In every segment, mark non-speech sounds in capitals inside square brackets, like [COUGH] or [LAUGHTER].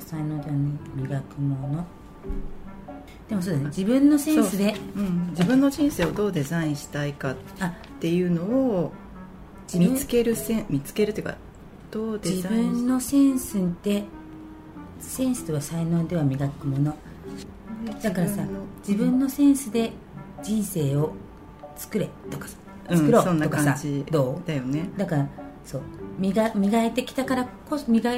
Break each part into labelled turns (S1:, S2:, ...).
S1: 才能ではね磨くものでもそうだね自分のセンスで
S2: うん、自分の人生をどうデザインしたいかっ
S1: あ
S2: ていうのを
S1: 自分
S2: 見つけるせん見つけるっていうかどうデ
S1: 自
S2: ザイン
S1: 分のセンスでセンスとは才能では磨くものだからさ自分
S2: の
S1: のセンスで人生を作れとかさ
S2: うん
S1: 作ろ
S2: そ
S1: うん
S2: な
S1: とかさ、
S2: 感じ
S1: ど
S2: だよね
S1: うだからそう磨磨いてきたからこそ磨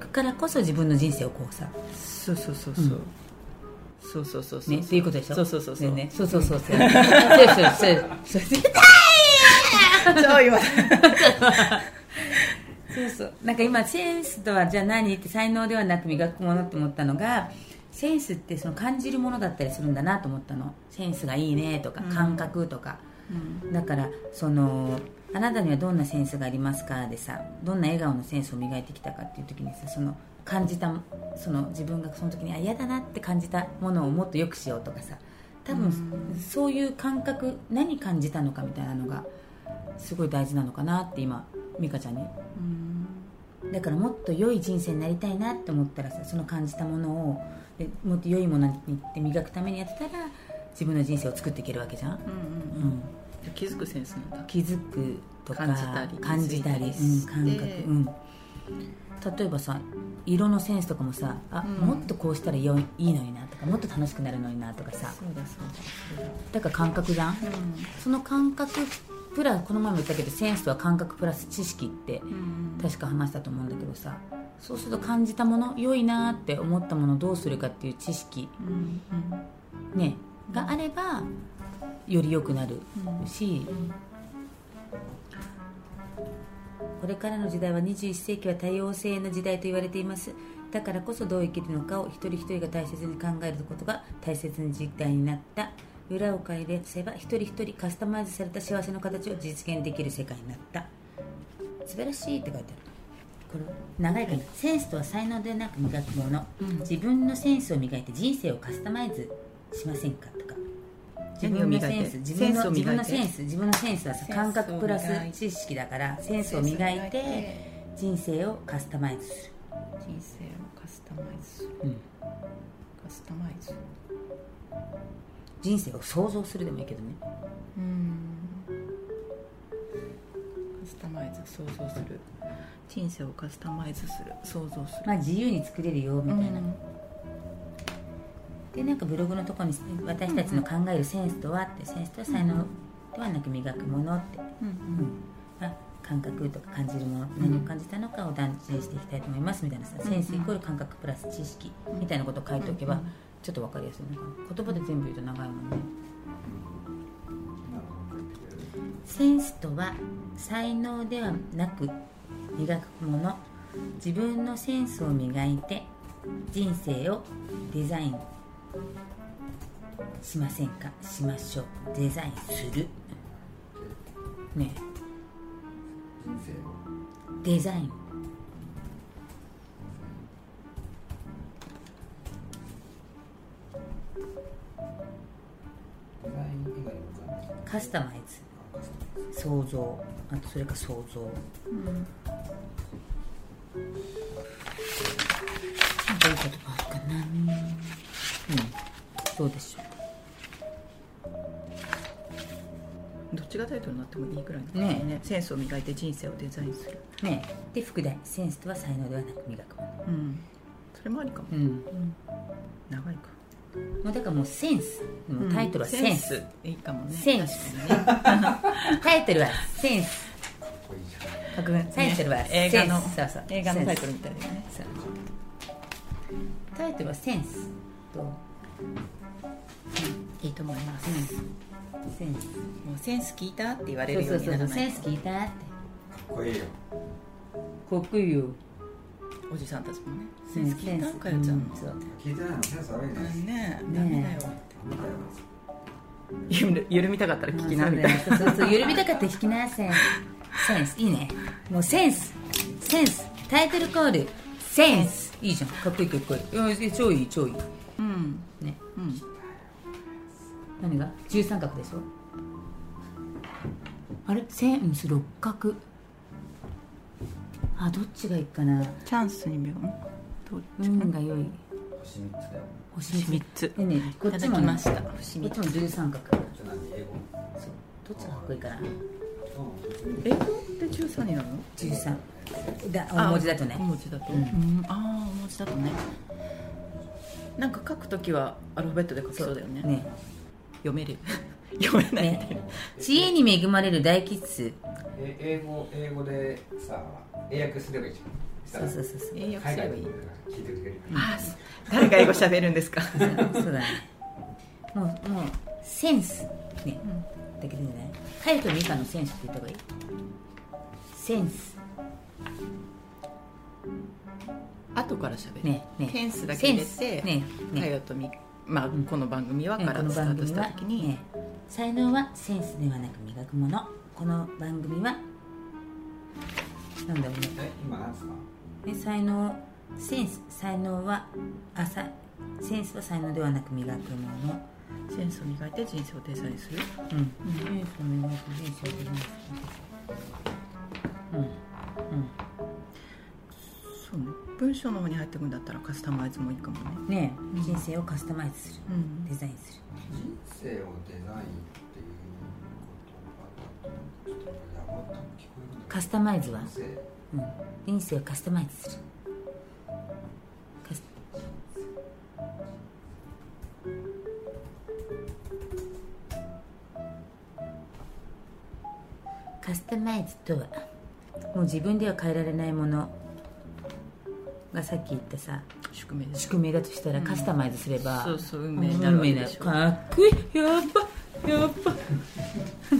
S1: くからこそ自分の人生をこうさ
S2: そうそうそうそう、
S1: うん
S2: そうそうそうそう
S1: ねっていうことでしょ
S2: そうそうそうそう、
S1: ねねそうそうそう
S2: [LAUGHS]
S1: そうそうそうそうそう [LAUGHS]
S2: そう今
S1: そうそうなんか今センスとはじゃあ何って才能ではなく磨くものって思ったのがセンスってその感じるものだったりするんだなと思ったのセンスがいいねとか
S2: うん
S1: 感覚とか、だからそのあなたにはどんなセンスがありますかでさどんな笑顔のセンスを磨いてきたかっていう時にさその感じたその自分がその時にあ嫌だなって感じたものをもっと良くしようとかさ多分そういう感覚何感じたのかみたいなのがすごい大事なのかなって今美香ちゃんにだからもっと良い人生になりたいなって思ったらさその感じたものをでもっと良いものにって磨くためにやってたら自分の人生を作っていけるわけじゃん、うん、
S2: 気づくセンスなんだ
S1: 気づくとか
S2: 感じたり
S1: 感じたり、
S2: 気づいたり
S1: うん
S2: して
S1: 感覚、うん、例えばさ色のセンスとかもさあ、
S2: うん
S1: もっとこうしたらよいいいのになとかもっと楽しくなるのになとかさ
S2: そうだそうだ
S1: だから感覚じゃん
S2: そうだ
S1: その感覚プラスこの前も言ったけどセンスとは感覚プラス知識って
S2: うん
S1: 確か話したと思うんだけどさそうすると感じたもの良いなって思ったものをどうするかっていう知識
S2: うん
S1: ねがあればより良くなるし、これからの時代は21世紀は多様性の時代と言われていますだからこそどう生きるのかを一人一人が大切に考えることが大切な時代になった裏を返せば一人一人カスタマイズされた幸せの形を実現できる世界になった素晴らしいって書いてあるこれ長いから、センスとは才能ではなく磨くもの、
S2: うん
S1: 自分のセンスを磨いて人生をカスタマイズしませんかとか自分のセンス
S2: 何を磨いて
S1: 自分の
S2: センスを
S1: 自
S2: 磨
S1: 分の
S2: いて
S1: センス自分のセンスはさ
S2: センスを
S1: 感覚プラス
S2: 磨いて
S1: 知識だからセンスを磨いて人生をカスタマイズす
S2: 人生をカスタマイズする
S1: る、うん、
S2: カスタマイズ
S1: 人生を想像するでもいいけどね
S2: うんカスタマイズ想像する人生をカスタマイズする想像する
S1: まあ自由に作れるよみたいな、
S2: うん
S1: でなんかブログのとこに私たちの考えるセンスとはってセンスとは才能ではなく磨くものって、
S2: うん
S1: まあ、感覚とか感じるもの何を感じたのかを断定していきたいと思いますみたいなさ、
S2: ん
S1: センスイコール感覚プラス知識みたいなことを書いておけば
S2: うん
S1: ちょっと分かりやすいのかな言葉で全部言うと長いもんねセンスとは才能ではなく磨くもの自分のセンスを磨いて人生をデザインしませんかしましょうデザインするねえ
S3: 人生を
S1: デザイン
S3: デザイン以外の感じ
S1: カスタマイズ想像あとそれか想像どういうことがあるかなうんどうでしょ
S2: どっちがタイトルになってもいいくらいの
S1: ねえ
S2: センスを磨いて人生をデザインする
S1: うねえで副題センスとは才能ではなく磨くも
S2: うんそれもありかも
S1: のうん
S2: 長いか
S1: もうだからもうセンスもうタイトルはセンス、
S2: いいかもね
S1: センスタイトルはセンス
S3: かっこいいじゃん
S2: 確かに
S1: タイトルは
S2: 映画の
S1: センスそうそう
S2: 映画のタイトルみたいだよね
S1: そうタイトルはセンスと、
S2: いいと思います
S1: センス
S2: もうセンス聞いたって言われ
S1: そう
S2: るよ
S1: そうう
S2: に
S1: そう
S2: な
S1: そ
S2: ら
S1: う
S2: な
S1: セ
S2: いと
S1: ンス聞いたって
S3: かっこいいよ
S1: かっこいいよ
S2: おじさんたちもねセンス聞いたんかよちゃんの
S1: うそう
S3: 聞いてないのセンス悪いね
S2: うんね
S1: ね
S2: ダメだよ
S3: ダメだ
S2: ゆ
S3: よ
S2: る [LAUGHS] 緩みたかったら聞きなみたいな
S1: そうそうそう緩みたかったら引きなセンスセンスいいねもうセンスセンスタイトルコールセンスいいじゃんかっこいいかっこいいいや超いい超いい
S2: うん
S1: ね
S2: うん
S1: 何が十三角でしょあれセンス六角あどっちがいいかな
S2: チャンスに秒どっち
S1: 運が良い
S3: 星三つだよ
S1: 星
S2: 星
S1: 3
S2: 三つ
S1: つでねこ
S2: い
S1: ったち
S2: だ
S1: も
S2: き
S1: ね
S2: ました
S1: こ
S2: 節
S1: っ
S2: 三
S1: ち
S2: つ
S1: も十三角ど
S3: ちょっと何英語
S1: っちがかっこいいかな
S2: 英語って中三になるの
S1: 十三だ
S2: あ
S1: 大文字だとね
S2: 大文字だと、
S1: うん
S2: うんああ大文字だとねなんか書くときはアルファベットで書きそうだよね
S1: ね
S2: 読める [LAUGHS] 読めない
S1: ね知恵に恵まれる大吉数
S3: え英語英語でさ英訳すればいいじゃん
S1: そうそうそうそう
S2: 英訳
S3: 海
S2: すれ
S3: 外
S2: ばいい
S3: の人が聞いてくれる
S2: ああそう誰が英語喋る
S1: [LAUGHS]
S2: んですか
S1: そうだねもうもうセンスね、だけどねカイトミカのセンスって言った方がいいセンス
S2: 後から喋る、
S1: ねね
S2: センスだけ入れ
S1: セン
S2: て
S1: スねね
S2: かよとみまあ、この番組は
S1: ね
S2: か
S1: こ
S2: ら
S1: の
S2: スター
S1: 番
S2: トし
S1: 組
S2: た
S1: は
S2: ときに、
S1: ね才能はセンスではなく磨くものこの番組はなんだろうね
S3: え今何ですか
S1: ね才能センス才能はあさセンスは才能ではなく磨くもの
S2: センスを磨いて人生をデザインする
S1: うん、センスを磨く人生をデザインするうん
S2: そうね文章の方に入ってくんだったらカスタマイズもいいかもね
S1: うんね
S2: ん
S1: 人生をカスタマイズする
S2: うん
S1: デザインする
S3: 人生をデザインっていうことがちょっとやばく聞こえるんだ
S1: カスタマイズは、
S3: けど人
S1: うん、人生をカスタマイズするカスカスタマイズとはもう自分では変えられないものがさっき言ったさ
S2: 宿命です
S1: 宿命だとしたらカスタマイズすれば、
S2: そうそう運命になるわけでしょ
S1: 運命になるかっこいいやばやば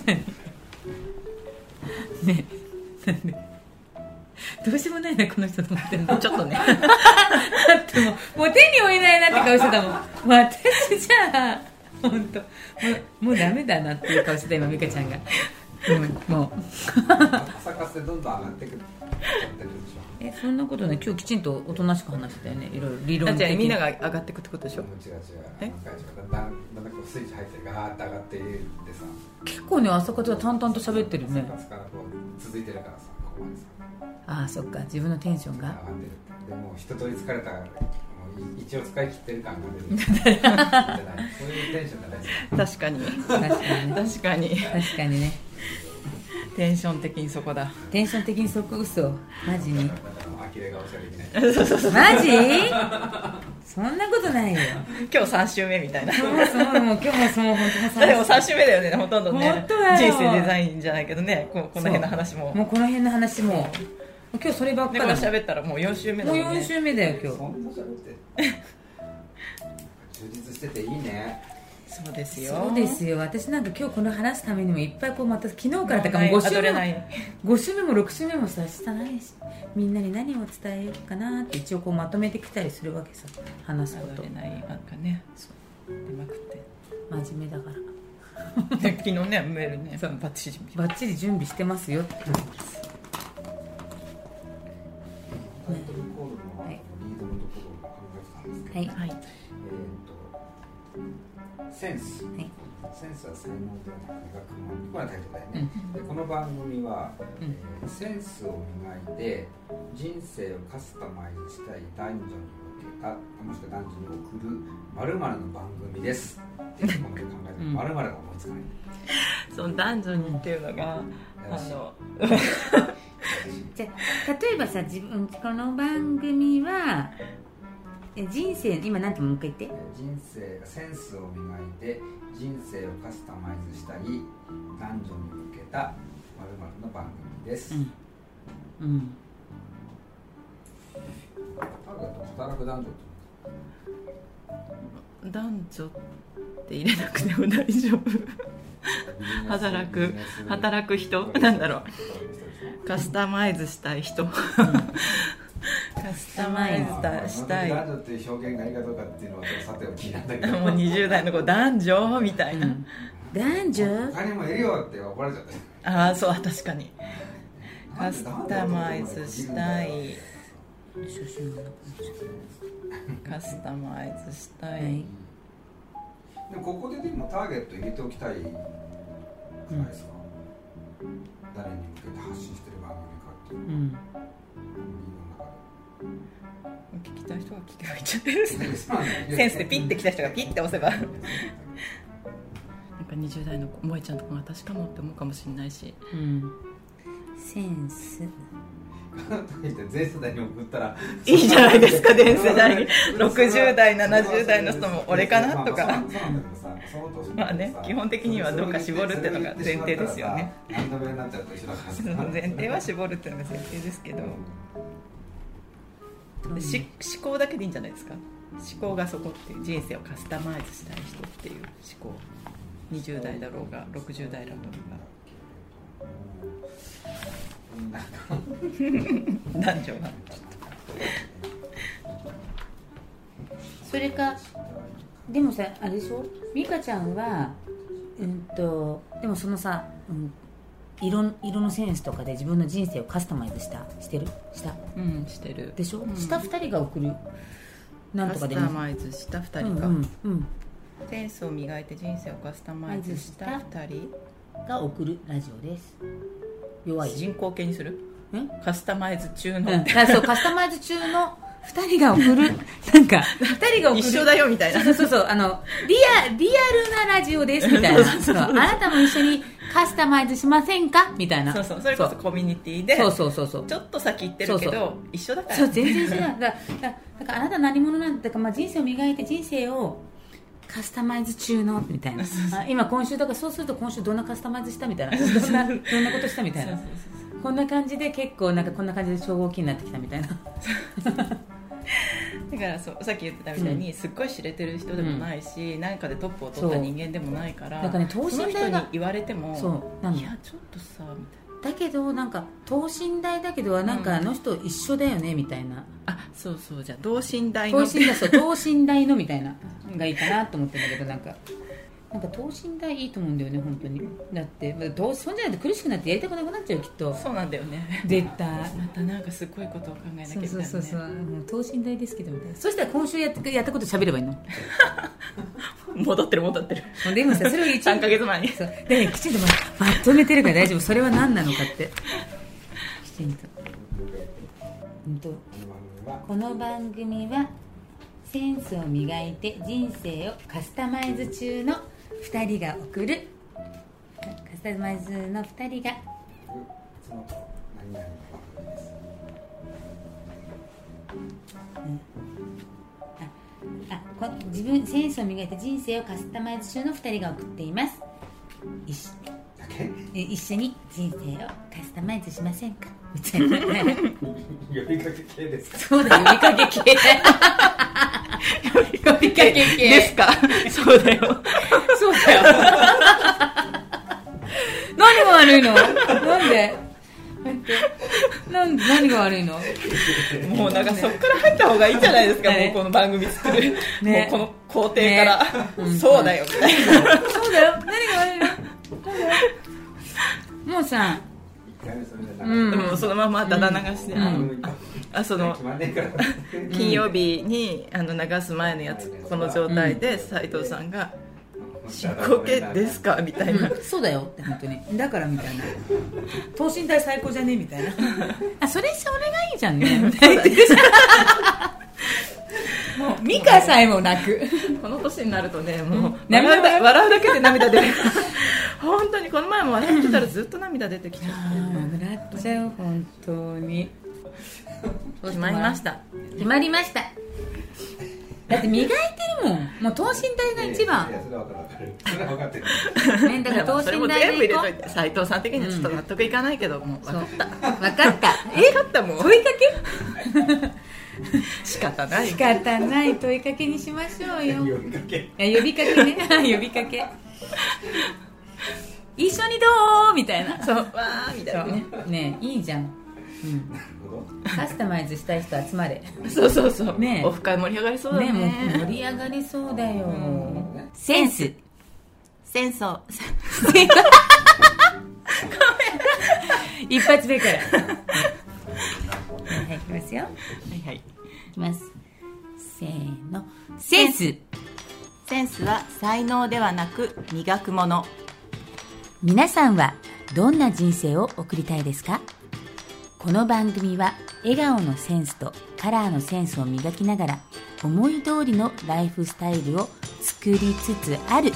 S1: ねえなんでどうしようもないなこの人と思ってん [LAUGHS] の
S2: ちょっとね
S1: だってもうもう手に負えないなって顔してたもんもう私じゃあ本当もうもうダメだなっていう顔してた今美香ちゃんが [LAUGHS] うんもう
S3: 生をカスでどんどん上がってくるってるで
S1: え
S3: し
S1: そんなことね今日きちんとおとなしく話してたよねいろいろ理論
S2: じゃ
S1: 的に
S2: あみんなが上がってくってことでし
S3: ょ
S2: ょ
S3: もう違う違う
S2: え
S3: なんか違うだんだんだんだんこうスイッチ入ってガーッと上がっていってさ
S1: 結構ね朝活は淡々と喋ってるね
S3: 生活からこう続いてるからさここまでさ
S1: ああそっか自分のテンション
S3: 上
S1: が
S3: がってるってでもう一通り疲れたからもうい一応使い切ってる感が
S1: [LAUGHS]
S3: 出るじゃないそういうテンションじゃないですか
S2: 確かに
S1: 確かにね
S2: 確かに
S1: 確かにね
S2: テンション的にそこだ
S1: テンション的にそこ嘘マジに
S3: だからもう呆れ顔しかできない
S1: マジそんなことないよ
S2: 今日3週目みたいな
S1: そもそももう今日もその本当
S2: でも
S1: もさ
S2: 3週目だよねほとんどね
S1: 本当だよ
S2: 人生デザインじゃないけどねこうこの辺の話も
S1: もうこの辺の話ももう今日そればっか
S2: で
S1: だ
S2: も
S1: もん
S2: 喋ったらもう4週目だ
S1: も
S2: も
S1: うん
S2: ね
S1: 4週目だよ [LAUGHS] 今
S3: そんな喋って充実してていいね
S2: そうです
S1: 日
S2: よ
S1: そうですよ私なんか今日この話すためにもいっぱいこうまた昨日からだから
S2: も
S1: も
S2: う
S1: う5
S2: ア
S1: 週
S2: ド
S1: 目
S2: レ
S1: も
S2: ナリン
S1: 5週目も6週目もさ明日何しみんなに何を伝えようかなって一応こうまとめてきたりするわけさ話すこ
S2: アド
S1: と
S2: レナリンなんかね出まくって
S1: 真面目だから
S2: で昨日ねメールねバッチリ
S1: バッチリ準備してますよって
S3: タイトルコールの後のリードのところを考えてたんですけど、
S1: はい
S2: はい
S3: えー、とセンス、
S1: い
S3: センスは才能ではなく磨くものこれがタイトルだよね、でこの番組は、
S1: うん
S3: えーセンスを磨いて人生をカスタマイズしたい男女に向けたもしくは男女に送るまるの番組ですっていうことで考えて
S1: うん
S3: まるが思いつかない
S2: その男女にっていうのが
S3: やら
S2: あ
S3: しい
S2: の
S1: じゃあ例えばさ自分この番組はえ人生今なんてもう一回言って
S3: 人生センスを磨いて人生をカスタマイズしたい男女に向けたまるの番組です、
S1: んうん
S3: パウだと働く男女って
S2: 男女って入れなくても大丈夫 [LAUGHS] 働く働く人なんだろうカスタマイズしたい [LAUGHS] 人カスタマイズだしたい
S3: 男女っていう表現がいいかどうかっていうのはさておきなんだけど
S2: もう20代の子男女みたいな、
S1: 男女
S3: 他にもいるよって怒られちゃった
S2: ああそう確かにカスタマイズしたい
S1: 初心者の
S2: カスタマイズしたい、
S1: はい
S3: でもここででもターゲット入れておきたいじゃないですか、誰に向けて発信してる番組かっていう
S1: うん
S3: のの中で
S2: 聞きたい人は聞けばいいんじゃないですかセ
S3: セ
S2: ンスでピッて来た人がピッて押せば
S3: うん
S2: なんか20代の子萌えちゃんとかが私かもって思うかもしれないし
S1: うんセンス
S3: 全世代に送ったら
S2: いいじゃないですか全世代に60代70代の人も俺かなとかまあね基本的にはどうか絞るってのが前提ですよね
S3: 何度目になっちゃうと一緒だからさ
S2: その前提は絞るっていうのが前提ですけどし思考だけでいいんじゃないですか思考がそこっていう人生をカスタマイズしたい人っていう思考20代だろうが60代だろ
S3: うんなんか
S2: うが男女が
S1: それかでもさあれでしょ美香ちゃんはうんとでもそのさ、うん、色色のセンスとかで自分の人生をカスタマイズしたしてるした
S2: うんしてる
S1: でしょ、
S2: うん
S1: 下2人が送るなん
S2: カ
S1: とか
S2: ス
S1: で
S2: タマイズした2人か、
S1: うんうんうん
S2: センスを磨いて人生をカスタマイズした2人
S1: が送るラジオです弱い
S2: 人口系にする
S1: え
S2: カスタマイズ中
S1: うん
S2: の、
S1: だからそうカスタマイズ中の2人が送るなんか2人が送る
S2: [LAUGHS] 一緒だよみたい
S1: [LAUGHS]
S2: な
S1: そうそうそうあのリアリアルなラジオですみたいなそうあなたも一緒にカスタマイズしませんかみたいな
S2: そうそうそれこそコミュニティで
S1: そうそうそうそう
S2: ちょっと先行ってるけど
S1: そうそ
S2: 一緒だから
S1: そう全然知らないだからだからだからあなた何者なんだだから、まあ、人生を磨いて人生をカスタマイズ中のみたいなあ今今週だからそうすると今週どんなカスタマイズしたみたいなどんなどんなことしたみたいなこんな感じで結構なんかこんな感じで超合金になってきたみたいな
S2: だからそうさっき言ってたみたいに、すっごい知れてる人でもないし何、かでトップを取った人間でもないから
S1: そうだからね等身大が
S2: その人に言われても
S1: そうなの
S2: いやちょっとさみたい
S1: だけどなんか等身大だけどなんかあの人一緒だよねみたいな
S2: なあそうそうじゃあ同心大
S1: 等
S2: の [LAUGHS]
S1: 身大そう等身大のみたいなのがいいかなと思ってんだけどなんかなんか等身大いいと思うんだよね本当にだってまあどうそんじゃないと苦しくなってやりたくなくなっちゃうよきっと
S2: そうなんだよね
S1: 絶対
S2: またなんかすごいことを考えなきゃいけ
S1: そう
S2: ない
S1: そうそうそう
S2: ね
S1: もう等身大ですけどみたいなそしたら今週やってやったこと喋ればいいの
S2: 戻ってる戻ってる
S1: でもさそれを一
S2: 3ヶ月前に
S1: そうできちんとままとめてるから大丈夫それは何なのかってきちんと,、うん、と
S3: この番
S1: この番組
S3: 組は
S1: はセンスを磨いて人生をカスタマイズ中の2人が送るカスタマイズの2人が
S3: その何々の番組です
S1: あこ自分センスを磨いて人生をカスタマイズ中の2人が送っています一緒
S3: だけ
S1: え一緒に人生をカスタマイズしませんかみたいな
S3: 呼びかけ系ですか
S1: そうだよ呼びかけ系呼びかけ系
S2: ですか [LAUGHS] そうだ [LAUGHS] よ
S1: そうだよ。何が悪いのなんで待ってなんで何が悪いの
S2: もうなんかそっから入った方がいいんじゃないですか、
S1: ね
S2: もうこの番組作る、
S1: ね
S2: もうこの工程から、そうだよみたいな、
S1: そうだよ。何が悪いのなんだよもうさ、
S3: 一回目それじ
S1: う
S3: ゃなかっ
S1: ん
S2: [LAUGHS] でもそのままだだ流して、
S3: た
S2: あの
S3: 番組か
S2: あその
S3: 決まんねえから
S2: 金曜日にあの流す前のやつこの状態で斉藤さんが「進行形ですか?」みたいな
S1: そうだよって本当に。
S4: だからみたいな等身大最高じゃねみたいな
S1: あ、それそれがいいじゃんね。もうミカさえも泣く。
S2: この年になるとねもう
S1: 涙
S2: 笑
S1: が
S2: うだ笑うだけで涙出る本当にこの前も笑ってたらずっと涙出てきちゃ
S1: 笑っちゃう本当に。
S2: ってしまいました
S1: 決まりました。だって磨いてるもん。もう等身大が一番 [LAUGHS]
S3: い。やそれは分かるそれは分かってる
S1: ね、だか
S2: だから
S1: 等
S2: らそれ
S1: 身
S2: も
S1: 大
S2: 全
S1: で
S2: 部入
S1: い
S2: れ
S1: こう
S2: といて斉藤さん的にはちょっと納得いかないけどもう
S1: そう
S2: 分かった
S1: 分かった
S2: 分かったもう
S1: 問いかけ
S2: 仕方な
S1: [LAUGHS]
S2: い
S1: 仕方ない問いかけにしましょうよ
S3: 呼びかけ
S1: いや呼びかけね [LAUGHS] 呼びかけ一緒にどうみたいな
S2: そうわーみたいなね
S1: ねいいじゃん、うん、
S3: なるほど
S1: カスタマイズしたい人集まれ
S2: そうそうそう
S1: ね
S2: オフ会盛り上がりそうだ
S1: ね
S2: ね
S1: もう盛り上がりそうだよ
S3: ね
S1: センス
S2: 戦争
S1: 一発目から [LAUGHS] はいはいいきますよ
S2: [LAUGHS] はいはい
S1: いきますせーのセンス
S2: センスは才能ではなく磨くもの
S1: 皆さんはどんな人生を送りたいですかこの番組は笑顔のセンスとカラーのセンスを磨きながら思い通りのライフスタイルを作りつつある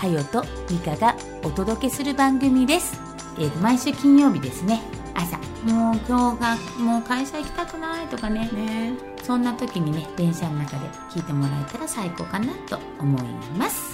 S1: かよとみかがお届けする番組です、えー毎週金曜日ですね朝もう今日がもう会社行きたくないとかね
S2: ね
S1: そんな時にね電車の中で聞いてもらえたら最高かなと思います